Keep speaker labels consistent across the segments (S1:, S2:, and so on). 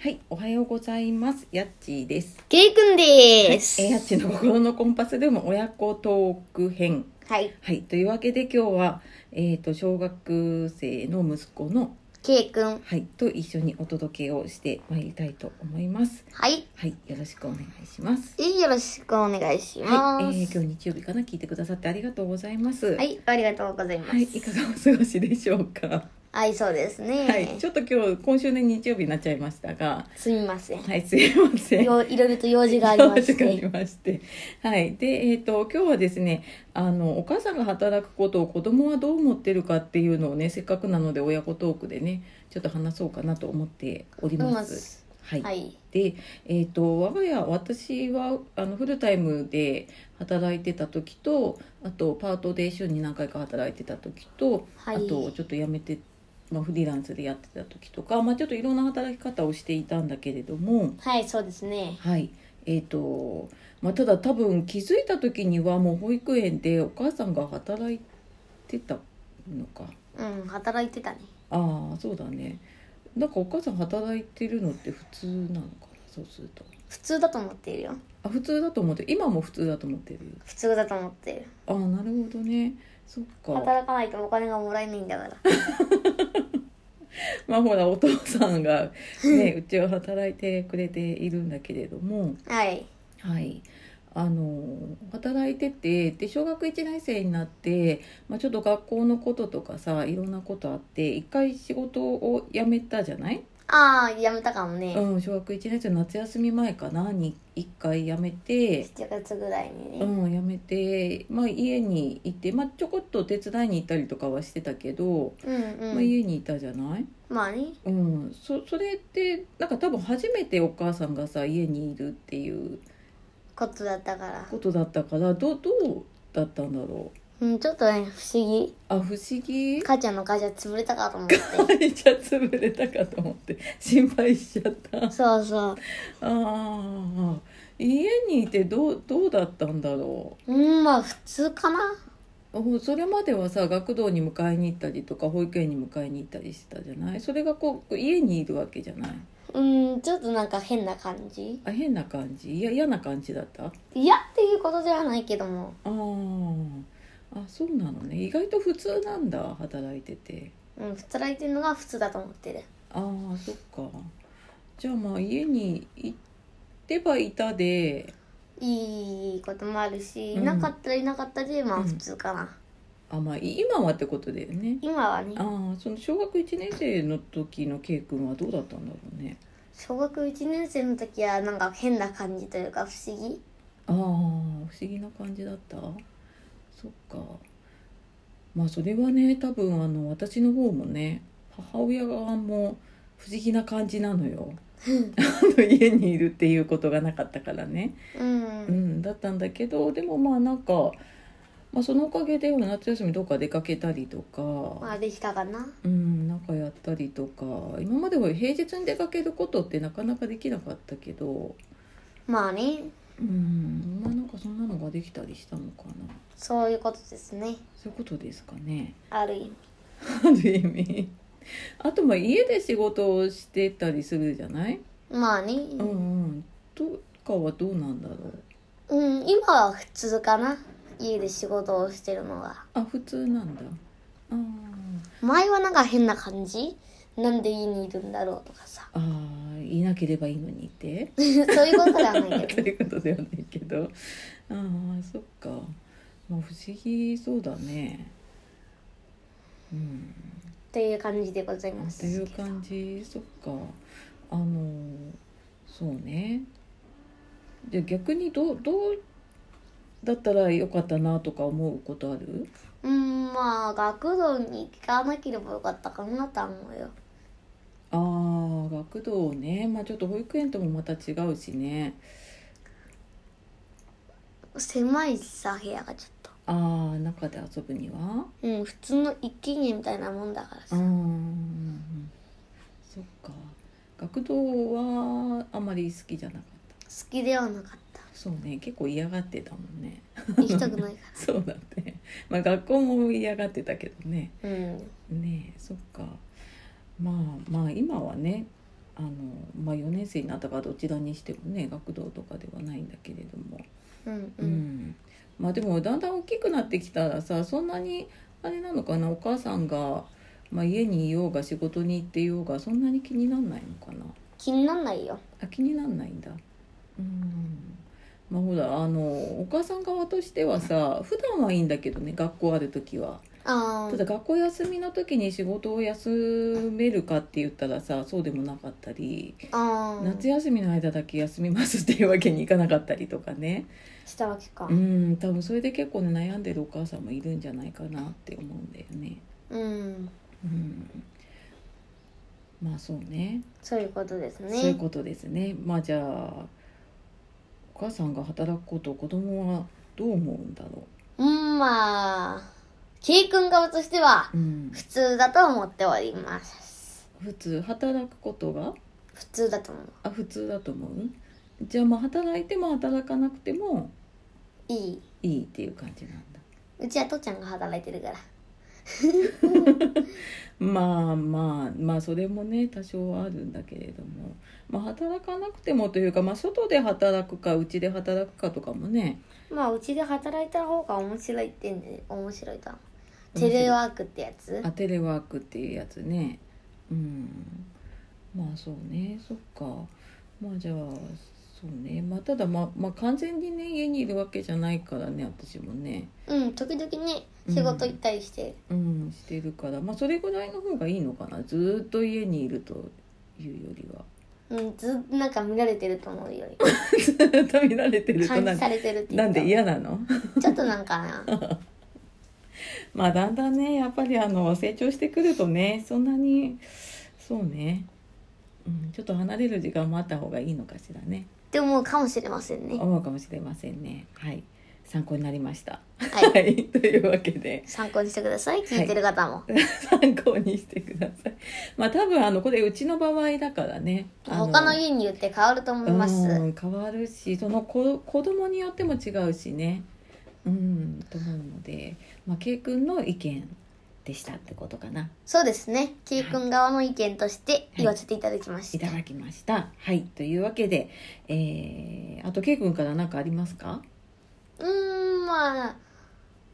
S1: はい、おはようございます。やっちーです。
S2: ケイくん
S1: はい、え
S2: です。
S1: ーやっちーの心のコンパスルーム親子トーク編。
S2: はい。
S1: はい、というわけで今日は、えっ、と、小学生の息子の、
S2: ケイくん。
S1: はい、と一緒にお届けをしてまいりたいと思います。
S2: はい。
S1: はい、よろしくお願いします。
S2: よろしくお願いしま
S1: はい、えー
S2: す。
S1: 今日日曜日かな聞いてくださってありがとうございます。
S2: は
S1: はい、
S2: い。ありがとうございます。
S1: い、かがお過ごしでしょうか。
S2: はい、そうですね。
S1: はい、ちょっと今日今週の日曜日になっちゃいましたが、
S2: すみません。
S1: はい、すいません。
S2: よいろいろと用事がありまし
S1: 用事があり
S2: て。
S1: ましてはいでえっ、と今日はですねあのお母さんが働くことを子供はどう思ってるかっていうのをねせっかくなので親子トークでねちょっと話そうかなと思っており
S2: ま
S1: ます。
S2: す。
S1: はい、
S2: はい。
S1: で、えー、と我が家私はあのフルタイムで働いてた時とあとパートで週に何回か働いてた時と、
S2: はい
S1: あとちょっと辞めて、まあ、フリーランスでやってた時とか、まあ、ちょっといろんな働き方をしていたんだけれども
S2: はい、そうですね。
S1: はいえーとまあ、ただ多分気づいた時にはもう保育園でお母さんが働いてたのか
S2: うん、働いてたね。
S1: ああそうだねなんかお母さん働いてるのって普通なのかなそうすると。
S2: 普通だと思っているよ。
S1: あ普通だと思ってる今も普通だと思ってる
S2: 普通だと思っている。
S1: あなるほどねそっか
S2: 働かないとお金がもらえないんだから。
S1: まあほらお父さんがねうちは働いてくれているんだけれども
S2: はい。
S1: はいあの働いててで小学1年生になって、まあ、ちょっと学校のこととかさいろんなことあって一回仕事を辞めたじゃない、
S2: ああ、やめたかもね。
S1: うん、小学1年生の夏休み前かなに一回辞めて
S2: 7月ぐらいにね。
S1: うん、やめて、まあ、家にいて、まあ、ちょこっと手伝いに行ったりとかはしてたけど、
S2: うん
S1: まあ、
S2: うん。
S1: 家にいたじゃない、
S2: まあね。
S1: うん、そそれってなんか多分初めてお母さんがさ家にいるっていう
S2: ことだったから。
S1: ことだったからどうどうだったんだろう
S2: うん、ちょっとね、不思議。
S1: あ不思議
S2: 母ちゃんの会社潰れたかと思って
S1: 会社潰れたかと思って心配しちゃったあ
S2: そうそう
S1: あ家にいてどうどうだったんだろう
S2: うんまあ普通かな
S1: おそれまではさ学童に迎えに行ったりとか保育園に迎えに行ったりしてたじゃないそれがこう家にいるわけじゃない
S2: うんちょっとなんか変な感じ
S1: あ変な感じいや嫌な感じだったあ
S2: 嫌っていうことではないけども
S1: ーあそうなのね意外と普通なんだ働いてて
S2: うん働いてるのが普通だと思ってる
S1: ああそっかじゃあまあ家に行ってはいたで
S2: いいこともあるし、
S1: うん
S2: なかったらいなかったでま
S1: う
S2: あ
S1: ん
S2: 普通かな、
S1: あまあ今はってことだよね
S2: 今はね
S1: ああその小学1年生の時の K 君はどうだったんだろうね
S2: 小学1年生の時はなんか変な感じというか不思議
S1: ああ不思議な感じだったそっかまあそれはね多分あの私の方もね母親側も不思議な感じなのよ あの家にいるっていうことがなかったからね、う
S2: う
S1: んん、だったんだけどでもまあなんか、まあ、そのおかげで夏休みどっか出かけたりとか、
S2: まあできたかな
S1: うん、なんかやったりとか今までは平日に出かけることってなかなかできなかったけど、
S2: まあね
S1: うん、まあなんかそんなのができたりしたのかな。
S2: そういうことですね
S1: そういうことですかね。
S2: ある意味
S1: ある意味。あとまあ家で仕事をしてたりするじゃない？
S2: まあね
S1: うんうん。とかはどうなんだろう。
S2: うん、今は普通かな家で仕事をしてるのが
S1: あ普通なんだ。あー
S2: 前はなんか変な感じなんで家にいるんだろうとかさ
S1: あーいなければいいのにって。
S2: そういうことではな
S1: あ
S2: い
S1: と
S2: けど
S1: いうことではないけど。ああそっか。まあ不思議そうだね。うん。
S2: という感じでございま
S1: っ
S2: す
S1: ていう感じそっかあのそうねで逆にどうどうだったらよかったなとか思うことある
S2: うんまあ学童に行かなければよかったかなとは思うよ
S1: あー学童ねまあちょっと保育園ともまた違うしね
S2: 狭いしさ部屋がちょっと
S1: あー中で遊ぶには
S2: うん普通の一軒家みたいなもんだから
S1: う
S2: さ
S1: んそっか学童はあまり好きじゃなかった
S2: 好きではな かった
S1: そうね結構嫌がってたもんね
S2: 行きたくないか
S1: そうだねまあ学校も嫌がってたけどね
S2: らうん
S1: ねえそっかまあまあ今はねああの、まあ、4年生になったかどちらにしてもね学童とかではないんだけれども、
S2: うん
S1: う
S2: うん
S1: んまあ、でもだんだん大きくなってきたらさそんなにあれなのかなお母さんが、まあ、家にいようが仕事に行っていようがそんなに気になんないのかな
S2: 気になんないよ
S1: あ気になんないんだうんまあほらあのお母さん側としてはさ普段はいいんだけどね学校ある時は
S2: あ
S1: た
S2: ー
S1: だ学校休みの時に仕事を休めるかって言ったらさそうでもなかったり
S2: あ
S1: 夏
S2: ー
S1: 休みの間だけ休みますっていうわけにいかなかったりとかね
S2: したわけか
S1: うん多分それで結構ね悩んでるお母さんもいるんじゃないかなって思うんだよね
S2: うん
S1: うんまあそうね
S2: そういうことです
S1: そういう
S2: ね
S1: ことですねまあじゃあお母さんが働くことを子供はどう思うんだろ
S2: うんまあ K 君側としては
S1: う、うん、
S2: 普通だと思っております
S1: 普通働くことが
S2: 普通だと思う
S1: あ普通だと思うじゃあまあ働いても働かなくても
S2: いい
S1: いいっていう感じなんだ
S2: うちは父ちゃんが働いてるから
S1: まあまあまあそれもね多少はあるんだけれども、まあ、働かなくてもというか、まあ、外で働くかうちで働くかとかもね
S2: まあうちで働いた方が面白いってんで面白いと思う
S1: 面白
S2: テ
S1: い
S2: レワークってやつ
S1: あテレワークっていうやつねうんまあそうねそっかまあじゃあそうねまあただまあ、まあ、完全にね家にいるわけじゃないからね私もね
S2: うん時々ね仕事行ったりして、
S1: うんしてるからまあそれぐらいの方がいいのかなずーっと家にいるというよりは
S2: うんずなんか見られてると思うより
S1: ずーっと見られてると
S2: 感
S1: な
S2: じ
S1: ん
S2: されてるっていうか
S1: なんで嫌なの
S2: ちょっとなんかな
S1: まあだんだんねやっぱりあの成長してくるとねそんなにそうね、うん、ちょっと離れる時間もあった方がいいのかしらね
S2: って思うかもしれませんね
S1: 思うかもしれませんねはい参考になりました
S2: はい
S1: はい というわけで
S2: 参考にしてください聞いてる方も、
S1: 参考にしてくださいまあ多分あのこれうちの場合だからねあ
S2: 他の家によって変わると思います、
S1: うん変わるしその子子供によっても違うしねうんと思うので、まあ、K 君の意見でしたってことかな
S2: そうですね K 君側の意見として言わせていただきまし
S1: い
S2: た、
S1: ただきました。はい、というわけで、えー、あと K 君から何かありますか？
S2: うーんまあ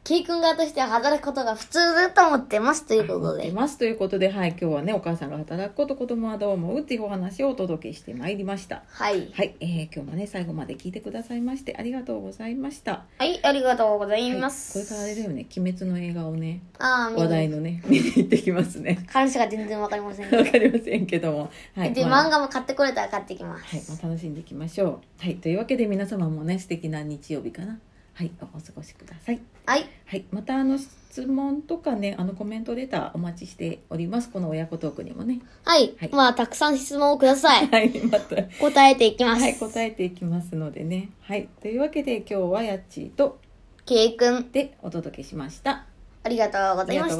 S2: K 君側としては働くことが普通だと思ってますということ
S1: 思って
S2: で
S1: ますということで、はい、今日はねお母さんが働くこと、子供はどう思うっていうお話をお届けしてまいりました。
S2: はい
S1: はい、えー、今日もね最後まで聞いてくださいましてありがとうございました。
S2: はい、ありがとうござい
S1: はい、こ
S2: ま
S1: れ
S2: す。
S1: からあれだよね、鬼滅の映画をね
S2: ああ、
S1: 話題
S2: の。
S1: のね見に行ってきますね。
S2: 感謝が全然わかりません。
S1: わかりませんけども、はい、
S2: で、
S1: まあ
S2: 漫画も買ってこれたら買ってきま。
S1: はい、ますあ、楽しんでいきましょう。はい、というわけで皆様もね素敵な日曜日かな。はい、お過ごしください。
S2: はい、
S1: はい、またあの質問とかね、あのコメントレターお待ちしております。この親子トークにもね。
S2: はい
S1: はい、
S2: まあ、たくさん質問をください。
S1: はい、また。
S2: 答えていきます。
S1: はい、答えていきますのでね。はい、というわけで今日はやっちーと
S2: けいくん、
S1: でお届けしました。
S2: ありがとうご
S1: あ
S2: ざい
S1: りが
S2: まし
S1: とうございま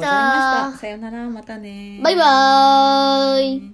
S1: し
S2: た
S1: た。。さよなら、またね。
S2: バイバーイ。
S1: ね